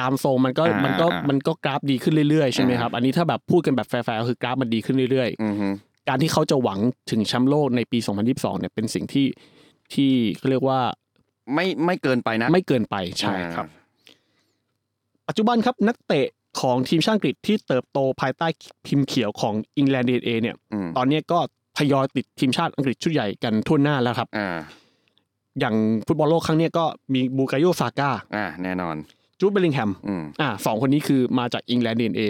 S3: ตามทรงมันก็
S2: อ่า
S3: มันก็
S2: อ่ามั
S3: มันก็กราฟดีขึ้นเรื่อยๆใช่ไหมครับ
S2: อ่า
S3: อันนี้ถ้าแบบพูดกันแบบแฟร์ๆก็คือกราฟมันดีขึ้นเรื่อย
S2: อืมฮึ
S3: ๆ การที่เขาจะหวังถึงแชมป์โลกในปี 2022 เนี่ยเป็นสิ่งที่ที่เขาเรียกว่า
S2: ไม่ไม่เกินไปนะ
S3: ไม่เกินไปใช่ครับ
S2: อ่า
S3: ปัจจุบันครับนักเตะของทีมชาติอังกฤษที่เติบโตภายใต้พิมพ์เขียวของอิงแลนด์ดีเอเนี่ย
S2: อืม
S3: ตอนนี้ก็ทยอยติดทีมชาติอังกฤษชุดใหญ่กันทั่วหน้าแล้วครับ
S2: อ่า
S3: อย่างฟุตบอลโลกครั้งเนี้ยก็มีบูกาโยซาก้า
S2: อ่าแน่นอน
S3: จูดเบลลิงแฮม
S2: อืม
S3: อ่าสองคนนี้คือมาจากอิงแลนด์ดีเอ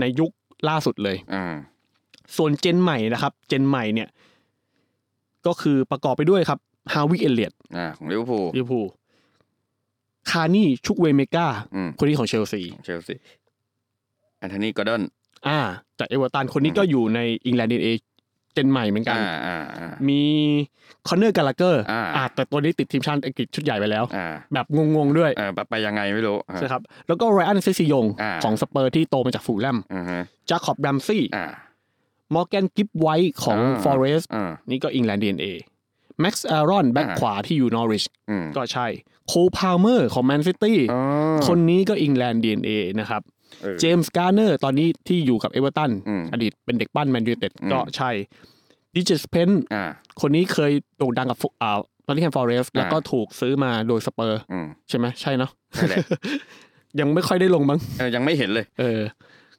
S3: ในยุคล่าสุดเลย
S2: อ่า
S3: ส่วนเจนใหม่นะครับ เจนใหม่เนี่ย ก็คือประกอบไปด้วยครับฮาวิ e เอเลียต
S2: อ่าของลิเวอร์พูล
S3: ลิเวอร์พูลคานี่ชุกเวเมกา
S2: อืม
S3: คนนี้ของเชลซี
S2: ของเชลซีแอนโทนีกอร์ดอน
S3: อ่า จากเอเวอร์ตันคนนี้ก็อยู่ในอิงแลนด์ดีเอเจนใหม่เหมือนกัน
S2: อ่าอ่าอ่า
S3: มีคอนเนอร์กาลาเกอร์
S2: อ่า
S3: อ่าแต่ตัวนี้ติดทีมชาติอังกฤษชุดใหญ่ไปแล้ว
S2: อ่า
S3: แบบงงๆด้วย
S2: เออไปไปยังไงไม่รู้อ่า
S3: ใช่ครับ แล้วก็ไรอันเซซิยง
S2: อ่า
S3: ของสเปอร์ที่โตมาจากฟูลแลม
S2: อ่าฮะ
S3: จาคอบแรมซี่
S2: อ่า
S3: มอร์แกนกิฟไวท์ของ
S2: อ่า
S3: ฟอเรสต์
S2: อ่า
S3: นี่ก็อิงแลนด์ดีเอ็นเอแม็กซ์อารอนแบ็ค
S2: อ่า
S3: ขวาที่อยู่นอริช
S2: อืม
S3: ก็ใช่โคพาเมอร์ของแมนซิตี้
S2: อ๋อ
S3: คนนี้ก็อิงแลนด์ดีเอ็นเอนะครับ
S2: เออ
S3: เจมส์การ์เนอร์ตอนนี้ที่อยู่กับเอเวอร์ตัน
S2: อืม
S3: อดีตเป็นเด็กปั้นแมนยูเต็ด
S2: อืม
S3: ก็ใช่ดิจิสเพน
S2: อ่า
S3: คนนี้เคยโด่งดังกับฟุอ่าตอนที่แฮมฟอร์เรสแล้วก็ถูกซื้อมาโดยสเปอร์
S2: อืม
S3: ใช่ไหมใช่เนาะ
S2: ใช่นแหละ
S3: ยังไม่ค่อยได้ลงมั้ง
S2: เออยังไม่เห็นเลย
S3: เออ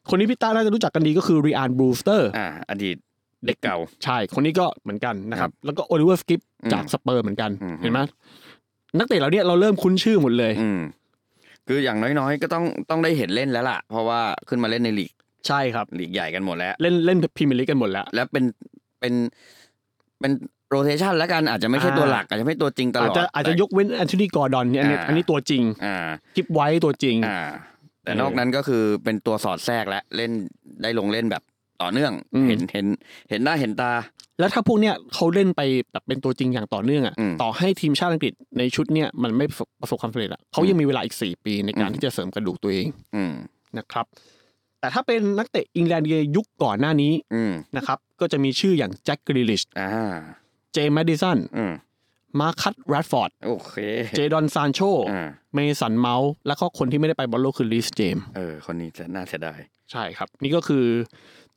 S3: คนนี้พี่ต้าน่าจะรู้จักกันดีก็คือรีอันบรูสเตอร์
S2: อ่า อดีตเด็กเก่า
S3: ใช่ คนนี้ก็เหมือนกันนะค
S2: ค
S3: รั
S2: รับ บ
S3: แล้วก็โอลิเวอร์สกิป
S2: อืม
S3: จากสเปอร์เหมือนกัน
S2: อืม
S3: เห็นไหมนักเตะเราเนี่ยเราเริ่มคุ้นชื่อหมดเลย
S2: อืม คืออย่างน้อยๆ ก็ต้องต้องได้เห็นเล่นแล้วล่ะ เพราะว่าขึ้นมาเล่นในลีก
S3: ใช่ครับ
S2: ลีกใหญ่กันหมดแล้ว
S3: เล่นเล่นพรีเมียร์ลีกกันหมดแล้ว
S2: แล้วเป็นเป็นเป็นโรเทชันแล้วกันอาจจะไม่ใช่
S3: อ่า
S2: ตัวหลัก อาจจะไม่ตัวจริงตล
S3: อาจ
S2: อด
S3: จะอาจจะ
S2: แต่
S3: ยกเว้นแอนโทนีกอร์ดอนเนี่ยอันนี้
S2: อ่า
S3: อันนี้ตัวจริง
S2: อ่า
S3: คลิปไว้ตัวจริง
S2: อ่า แต่
S3: เออน
S2: อกนั้นก็คือเป็นตัวสอดแทรกและเล่นได้ลงเล่นแบบต่อเนื่อง
S3: อืม
S2: เห็นเห็นเห็นหน้าเห็นตา
S3: แล้วถ้าพวกเนี้ยเขาเล่นไปแบบเป็นตัวจริงอย่างต่อเนื่องอ่ะ
S2: อืม
S3: ต่อให้ทีมชาติอังกฤษในชุดเนี้ยมันไม่ประสบประสบความสำเร็จอ่ะเขายังมีเวลาอีก 4 ปีในการ
S2: อืม
S3: ที่จะเสริมกระดูกตัวเอง
S2: อืม
S3: นะครับ แต่ถ้าเป็นนักเตะอิงแลนด์ยุคก่อนหน้านี้
S2: อืม
S3: นะครับก็จะมีชื่ออย่างแจ็คกริลิช
S2: อ่า
S3: เจมส์แมดดิสัน
S2: อืม
S3: มาคัตแรดฟอร์ด
S2: โอเค
S3: เจดอนซานโช
S2: อ่า
S3: เมสันเมาส์และก็คนที่ไม่ได้ไปบอลโลกคือลีสเจมส์
S2: เออ คนนี้จะน่าเสียดาย
S3: ใช่ครับ นี่ก็คือ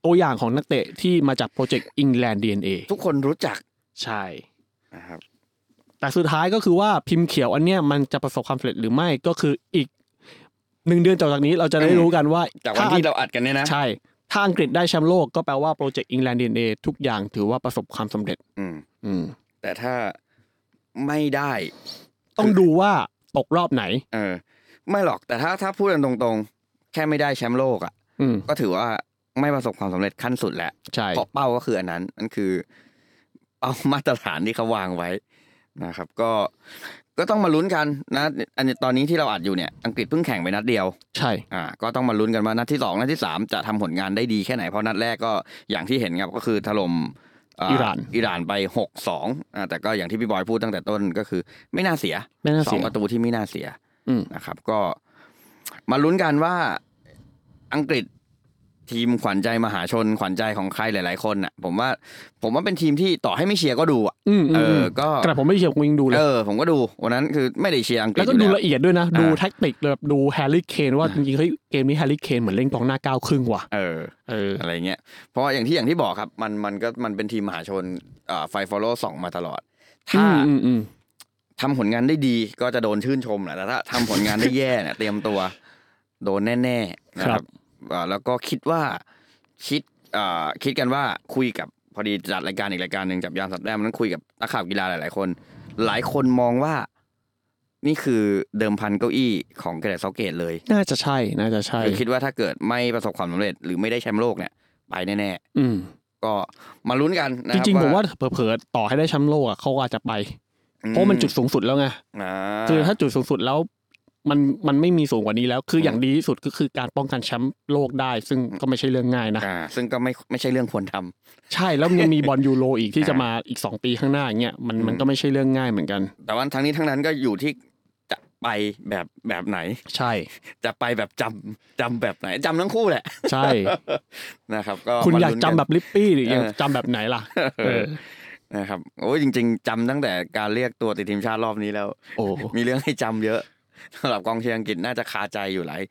S3: ตัวอย่างของนักเตะที่มาจากโปรเจกต์ England DNA
S2: ทุกคนรู้จัก
S3: ใช่
S2: นะครับ
S3: แต่สุดท้ายก็คือว่าพิมพ์เขียวอันเนี้ยมันจะประสบความสำเร็จหรือไม่ก็คืออีกหนึ่งเดือนจากจากนี้เราจะได้
S2: อืม
S3: รู้กันว่า
S2: จากวัน
S3: ถ้
S2: ที่เราอัดกันเนี่ยนะ
S3: ใช่ ถ้าอังกฤษได้แชมป์โลกก็แปลว่าโปรเจกต์ England DNA ทุกอย่างถือว่าประสบความสำเร็จ
S2: อืม
S3: อืม
S2: แต่ถ้าไม่ได้
S3: ต้องดูว่าตกรอบไหน
S2: เออ ไม่หรอกแต่ถ้าถ้าพูดกันตรงๆ แค่ไม่ได้แชมป์โลกอ่ะ
S3: อืม
S2: ก็ถือว่าไม่ประสบความสำเร็จขั้นสุดแล้ว
S3: ใช่
S2: เพราะเป้าก็คืออันนั้นนั่นคือเป้ามาตรฐานที่เขาวางไว้นะครับ ก็ก็ต้องมาลุ้นกันนะอันนี้ตอนนี้ที่เราอัดอยู่เนี่ยอังกฤษเพิ่งแข่งไปนัดเดียว
S3: ใช่
S2: อ่าก็ต้องมาลุ้นกันว่านัดที่สองนัดที่สามจะทำผลงานได้ดีแค่ไหน เพราะนัดแรกก็อย่างที่เห็นครับก็คือถล่มเ
S3: อิหร่าน
S2: อิหร่านไปหกสองอ่าแต่ก็อย่างที่พี่บอยพูดตั้งแต่ต้นก็คือ ไม่น่าเสีย
S3: ไม่น่า
S2: สอ
S3: เสี
S2: ง
S3: ย
S2: ประตูที่ไม่น่าเสีย
S3: อืม
S2: นะครับ ก็มาลุ้นกันว่าอังกฤษทีมขวัญใจมหาชนขวัญใจของใครหลาย ๆ คนอ่ะ ผมว่า ผมว่าเป็นทีมที่ต่อให้ไม่เชียร์ก็ดูอ่ะ
S3: อืม
S2: เอ
S3: อืม
S2: อ ก็
S3: แต่ผมไม่เชียร์ผมยังดูเล
S2: เอย อ ผมก็ดูวันนั้นคือไม่ได้เชียร์อังกฤษ
S3: แล้ว
S2: อ
S3: ก็
S2: ยู่
S3: ดูละเอียดด้วยนะ
S2: อ่า
S3: ดูแท็กติกเลยแบบดูแฮร์รี่เคนว่าจริงๆเฮ้ยเกมนี้แฮร์รี่เคนเหมือนเล่นกองหน้าก้าวครึ่งว่ะ
S2: เออ
S3: เออ
S2: อะไรเงี้ย เพราะอย่างที่อย่างที่บอกครับ มันมันก็มันเป็นทีมมหาชนไฟฟอลโล่ส่องมาตลอด
S3: อื
S2: ถ้าม
S3: อืมอืม
S2: ทำผลงานได้ดีก็จะโดนชื่นชมแหละแต่ถ้าทำผลงานได้แย่เนี่ย เตรียมตัว โดนแน่ๆนะครับอ่าแล้วก็คิดว่าคิดอ่าคิดกันว่าคุยกับพอดีจัดรายการอีกรายการหนึ่งจับยามสัปดาห์มันนั้นคุยกับนักข่าวกีฬาหลายๆคน หลายคนมองว่า นี่คือเดิมพันเก้าอี้ของเกรดเซาเกตเลย
S3: น่าจะใช่น่าจะใช่
S2: คือคิดว่าถ้าเกิดไม่ประสบความสำเร็จ หรือไม่ได้แชมป์โลกเนี่ยไปแน่ๆ
S3: อืม
S2: ก็มาลุ้นกันนะ
S3: จ
S2: คบ
S3: ริงๆผมว่าเผลอๆต่อให้ได้แชมป์โลกอะเขาก็อาจจะไป เพราะมันจุดสูงสุดแล้วไง
S2: อ่า
S3: คือถ้าจุดสูงสุดแล้ว มันมันไม่มีสูงกว่านี้แล้ว คืออ
S2: ม
S3: อย่างดีที่สุดก็คือการป้องกันแชมป์โลกได้ ซึ่งก็ไม่ใช่เรื่องง่ายนะ
S2: อ่า ซึ่งก็ไม่ไม่ใช่เรื่องควรทำ
S3: ใช่แล้วยังมี
S2: [LAUGHS]
S3: บอลยูโรอีกที่
S2: อ่า
S3: จะมาอีกสองปีข้างหน้าอย่างเงี้ยมัน
S2: อืม
S3: มันก็ไม่ใช่เรื่องง่ายเหมือนกัน
S2: แต่ว่าทั้งนี้ทั้งนั้นก็อยู่ที่จะไปแบบแบบไหน
S3: ใช่
S2: จะไปแบบจำจำแบบไหนจำทั้งคู่แหละ
S3: ใช่
S2: นะครับ ก็
S3: คุณอยาก
S2: มลุ้น
S3: จำ
S2: น
S3: แบบลิปปี้หรืออยาก
S2: เออ
S3: จำแบบไหนล่ะเออ
S2: นะครับโอ้ยจริง ๆจำตั้งแต่การเรียกตัวติดทีมชาติรอบนี้แล้ว
S3: โอ้
S2: มีเรื่องให้จำเยอะ [LAUGHS] สำหรับกองเชียร์อังกฤษน่าจะคาใจอยู่หลาย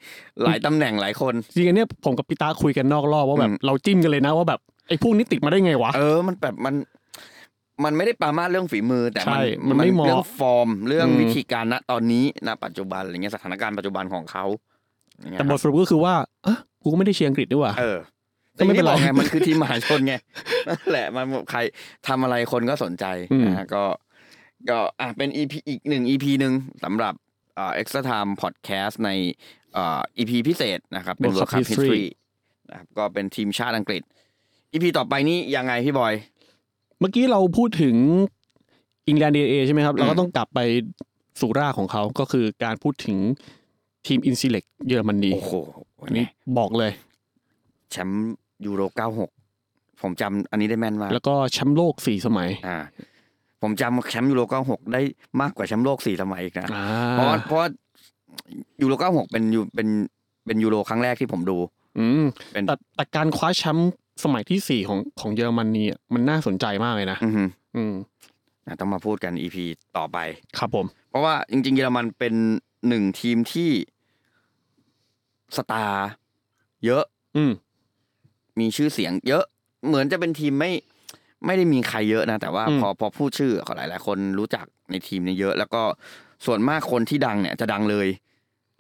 S2: หลายตำแหน่งหลายคน
S3: จริงๆอันเนี้ยผมกับพี่ตาคุยกันนอกรอบว่าแบบ
S2: อืม
S3: เราจิ้มกันเลยนะว่าแบบไอ้พวกนี้ติดมาได้ไงวะ
S2: เออ มันแบบมัน มันไม่ได้ปรามาสเรื่องฝีมือ แต่
S3: ใช่
S2: มัน
S3: มันไม่เหมาะ
S2: เรื่องฟอร์ม เรื่อง
S3: อืม
S2: วิธีการณตอนนี้ณปัจจุบันอะไรเงี้ยสถานการณ์ปัจจุบันของเขาอย่างเงี้ย
S3: แต่บทสรุปก็คือว่าอ่ะกูก็ไม่ได้เชียร์อังกฤษด้วยว่ะ
S2: เออ
S3: ก็ไม่เป็นไร
S2: แต่อย่างที่บอกไงมันคือทีมมหาชนไงนั่นแหละมันใครทำอะไรคนก็สนใจ
S3: อืม
S2: นะฮะก็ ก็อ่ะเป็น EP อีกหนึ่ง EP หนึ่งสำหรับเอ่อ extra time podcast ในเอ่อ EP พิเศษนะครับ เป็น World Cup History นะครับก็เป็นทีมชาติอังกฤษ EP ต่อไปนี้ยังไงพี่บอย
S3: เมื่อกี้เราพูดถึงอิงแลนด์ดีเอใช่ไหมครับ
S2: อืม
S3: เราก็ต้องกลับไปสู่รากของเขาก็คือการพูดถึงทีมอินซิเล็กเยอรมนี
S2: โอ้โหวันนี้
S3: นี่บอกเลย
S2: แชมป์ยูโร 96 ผมจำอันนี้ได้แม่นมาก
S3: แล้วก็แชมป์โลกสี่สมัย
S2: อ่า ผมจำแชมป์ยูโร 96 ได้มากกว่าแชมป์โลก 4 สมัยอีกนะ
S3: อ่า
S2: เพราะว่าเพราะว่ายูโร 96 เป็นยูเป็นเป็นยูโรครั้งแรกที่ผมดู
S3: อืม
S2: เป็น
S3: แต่แต่การคว้าแชมป์สมัยที่สี่ของของเยอรมนีอ่ะมันน่าสนใจมากเลยนะ
S2: อือฮึ
S3: อืม
S2: อ่ะต้องมาพูดกัน EP ต่อไป
S3: ครับผม
S2: เพราะว่าจริง ๆ เยอรมันเป็นหนึ่งทีมที่สตาร์เยอะ
S3: อืม
S2: มีชื่อเสียง เยอะเหมือนจะเป็นทีมไม่ไม่ได้มีใครเยอะนะ แต่ว่า
S3: อืม
S2: พอพอพูดชื่อขอหลายๆ คนรู้จักในทีมเนี่ยเยอะ แล้วก็ส่วนมากคนที่ดังเนี่ยจะดังเลย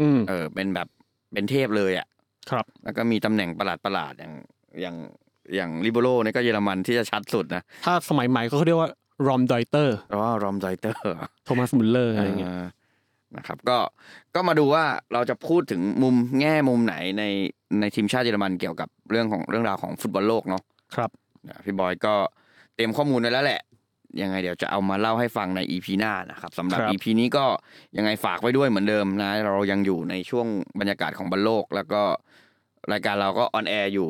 S3: อืม
S2: เออเป็นแบบเป็นเทพเลยอ่ะ
S3: ครับ
S2: แล้วก็มีตำแหน่งประหลาดประหลาดๆอย่างอย่างอย่างลิเบโรเนี่ยก็เยอรมันที่จะชัดสุดนะ
S3: ถ้าสมัยใหม่เขาเรียกว่ารอมดอยเตอร์
S2: เพราะว่ารอมไซเตอร์
S3: โทมัสมุลเลอร์อะไรอย่างเงี้ย
S2: เออ นะครับก็ก็มาดูว่าเราจะพูดถึงมุมแง่มุมไหนในในทีมชาติเยอรมันเกี่ยวกับเรื่องของเรื่องราวของฟุตบอลโลกเนาะ
S3: ครับ
S2: นะพี่บอยก็เตรียมข้อมูลไว้แล้วแหละ ยังไงเดี๋ยวจะเอามาเล่าให้ฟังใน EP หน้านะครับสำหรับ
S3: ครับ
S2: EP นี้ก็ยังไงฝากไว้ด้วยเหมือนเดิมนะ เรายังอยู่ในช่วงบรรยากาศของบอลโลก แล้วก็รายการเราก็ออนแอร์อยู่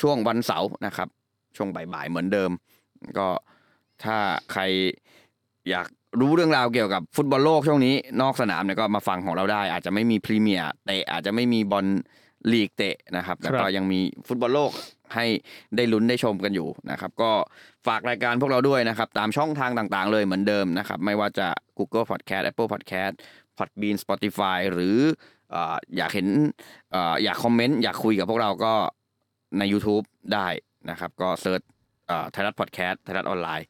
S2: ช่วงวันเสาร์นะครับ ช่วงบ่ายๆเหมือนเดิม ก็ถ้าใครอยากรู้เรื่องราวเกี่ยวกับฟุตบอลโลกช่วงนี้ นอกสนามเนี่ยก็มาฟังของเราได้ อาจจะไม่มีพรีเมียร์เตะอาจจะไม่มีบอลลีกเตะนะครับ แล้วก็ยังมีฟุตบอลโลกให้ได้ลุ้นได้ชมกันอยู่นะครับ ก็ฝากรายการพวกเราด้วยนะครับ ตามช่องทางต่างๆเลยเหมือนเดิมนะครับ ไม่ว่าจะ Google Podcast Apple Podcast Podbean Spotify หรือเอ่ออยากเห็นเอ่ออยากคอมเมนต์อยากคุยกับพวกเราก็ใน YouTube ได้นะครับ ก็เซิร์ช ไทยรัฐพอดแคสต์ไทยรัฐออนไลน์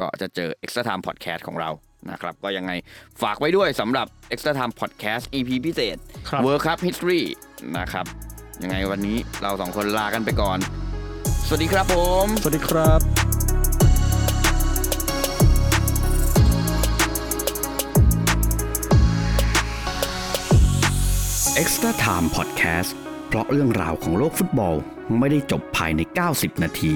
S2: ก็จะเจอ Extra Time Podcast ของเรานะครับ ก็ยังไงฝากไว้ด้วยสำหรับ Extra Time Podcast EP พิเศษ
S3: ครับ
S2: World Cup History นะครับ ยังไงวันนี้เราสองคนลากันไปก่อน สวัสดีครับผม
S3: สวัสดีครับ
S4: เอ็กซ์ตร้าไทม์พอดแคสต์เพราะเรื่องราวของโลกฟุตบอลไม่ได้จบภายใน 90 นาที